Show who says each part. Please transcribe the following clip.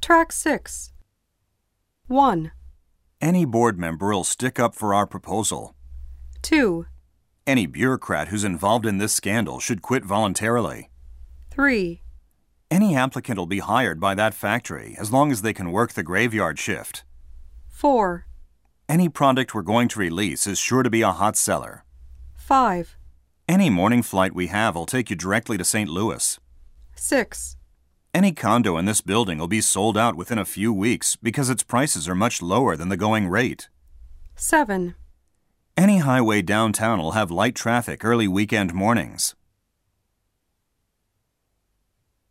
Speaker 1: Track 6. 1,
Speaker 2: Any board member will stick up for our proposal.
Speaker 1: 2,
Speaker 2: Any bureaucrat who's involved in this scandal should quit voluntarily.
Speaker 1: 3,
Speaker 2: Any applicant will be hired by that factory as long as they can work the graveyard shift.
Speaker 1: 4,
Speaker 2: Any product we're going to release is sure to be a hot seller.
Speaker 1: 5,
Speaker 2: Any morning flight we have will take you directly to St. Louis.
Speaker 1: 6,
Speaker 2: Any condo in this building will be sold out within a few weeks because its prices are much lower than the going rate.
Speaker 1: 7.
Speaker 2: Any highway downtown will have light traffic early weekend mornings.